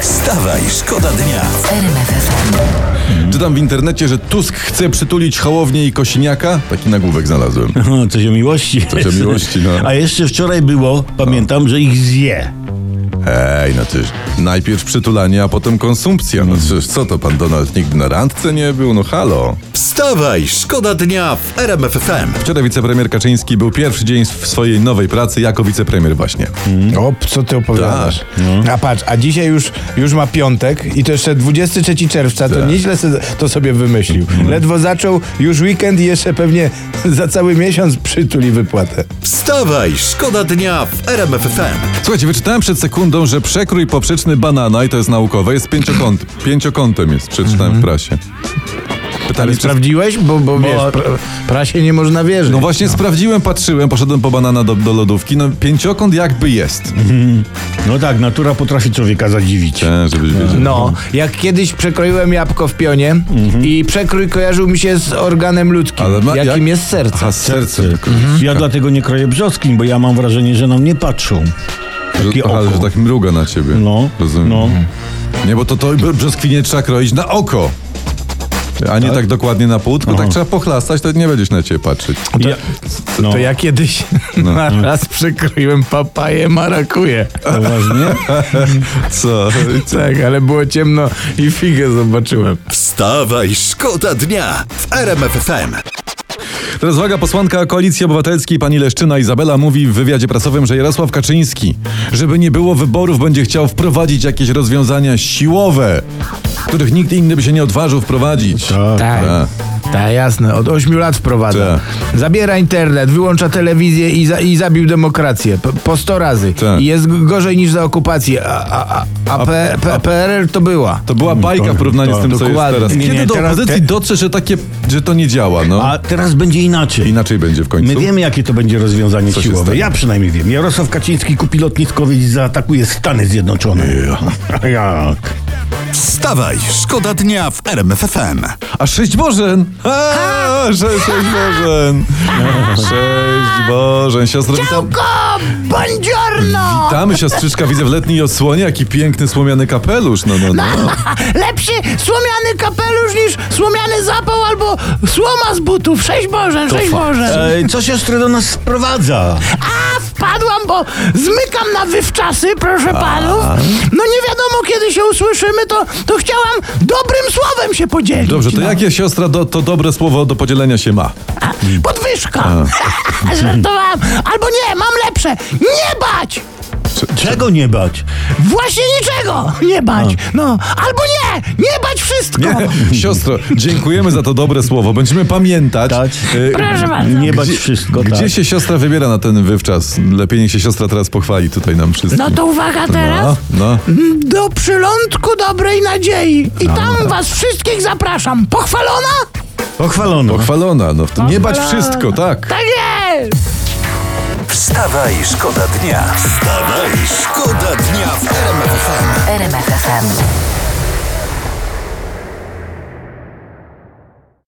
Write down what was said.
Wstawaj, szkoda dnia. Czytam w internecie, że Tusk chce przytulić Hołownię i Kosiniaka. Taki nagłówek znalazłem. O, No, Coś o miłości. Coś o miłości, no. A jeszcze wczoraj było, pamiętam, że ich zje. Ej, no tyż. Najpierw przytulanie, a potem konsumpcja. No przecież co to, pan Donald nigdy na randce nie był? No halo. Wstawaj, szkoda dnia w RMF FM. Wczoraj wicepremier Kaczyński był pierwszy dzień w swojej nowej pracy jako wicepremier właśnie. O, co ty opowiadasz? Tak, A patrz, a dzisiaj już, już ma piątek i to jeszcze 23 czerwca, to Tak. Mhm. nieźle se, to sobie wymyślił. Ledwo zaczął, już weekend i jeszcze pewnie za cały miesiąc przytuli wypłatę. Wstawaj, szkoda dnia w RMF FM. Słuchajcie, wyczytałem przed sekundą, że przekrój poprzeczny banana, i to jest naukowe, jest pięciokąt, pięciokątem jest, przeczytałem w prasie. Pytali, Mhm. Ale czy... sprawdziłeś? Bo, bo, wiesz, pra, prasie nie można wierzyć. No właśnie sprawdziłem, patrzyłem, poszedłem po banana do, do lodówki, no pięciokąt jakby jest. No tak, natura potrafi człowieka zadziwić. E, żebyś wiedział. No, jak kiedyś przekroiłem jabłko w pionie i przekrój kojarzył mi się z organem ludzkim, Mhm. Ale ma- jakim jak- jest serce. A serce. tylko. Mhm. Ja dlatego nie kroję brzoskin, bo ja mam wrażenie, że na mnie patrzą. Takie Że, aha, że oko. tak mruga na ciebie. No, Rozumiem. no. Nie, bo to, to br- brzoskwinie trzeba kroić na oko. A nie tak, dokładnie na pół, tylko tak trzeba pochlastać, to nie będziesz na ciebie patrzeć. Ja, no, To ja kiedyś No, na raz przekroiłem papaję marakuje. poważnie? Co? Tak, ale było ciemno i figę zobaczyłem. Wstawaj, szkoda dnia w RMF FM. Teraz uwaga, posłanka Koalicji Obywatelskiej pani Leszczyna Izabela mówi w wywiadzie prasowym, że Jarosław Kaczyński, żeby nie było wyborów, będzie chciał wprowadzić jakieś rozwiązania siłowe, których nikt inny by się nie odważył wprowadzić. Tak. Tak, jasne. Od 8 lat wprowadza. Zabiera internet, wyłącza telewizję i, za, i zabił demokrację. P- po 100 razy. Tak. I jest g- gorzej niż za okupację. A, a, a, a, P, P, PRL to była. Mm, To była bajka w porównaniu z tym, co jest Dokładnie. teraz. Nie, Kiedy nie, do teraz opozycji te- dotrze, że takie, że to nie działa, no? A teraz będzie inaczej. Inaczej będzie w końcu. My wiemy, jakie to będzie rozwiązanie Co się siłowe. stanie? Ja przynajmniej wiem. Jarosław Kaczyński kupi lotniskowiec i zaatakuje Stany Zjednoczone. Jak? Wstawaj, szkoda dnia w RMF FM. A sześć Bożen! A, sze- sześć Bożen! Sześć Bożen! Siostro, witam, Buongiorno! witamy siostrzyczka, widzę w letniej odsłonie, jaki piękny słomiany kapelusz, no no no. Lepszy słomiany kapelusz niż słomiany zapał albo słoma z butów. Sześć Boże, sześć Boże. E, co siostry do nas sprowadza? A wpadłam, bo zmykam na wywczasy, proszę panów. No nie wiadomo, kiedy się usłyszymy, to, to chciałam dobrym słowem się podzielić. Dobrze, to no. jakie siostra do, to dobre słowo do podzielenia się ma? A, Podwyżka. Żartowałam. Albo nie, mam lepsze. Nie bać! Czego nie bać? Właśnie niczego nie bać. No, albo nie, nie bać wszystko. Siostro, dziękujemy za to dobre słowo, będziemy pamiętać. Tak. Y, Proszę bardzo. Nie bać wszystko, Gdzie tak. się siostra wybiera na ten wywczas? Lepiej niech się siostra teraz pochwali tutaj nam wszystkim. No to uwaga teraz. no. Do przylądku dobrej nadziei. I tam was wszystkich zapraszam. Pochwalona? Pochwalono. Pochwalona, no. Nie bać wszystko, tak. Tak jest! Wstawaj, szkoda dnia. Wstawaj, szkoda dnia w RMF FM. RMFFM.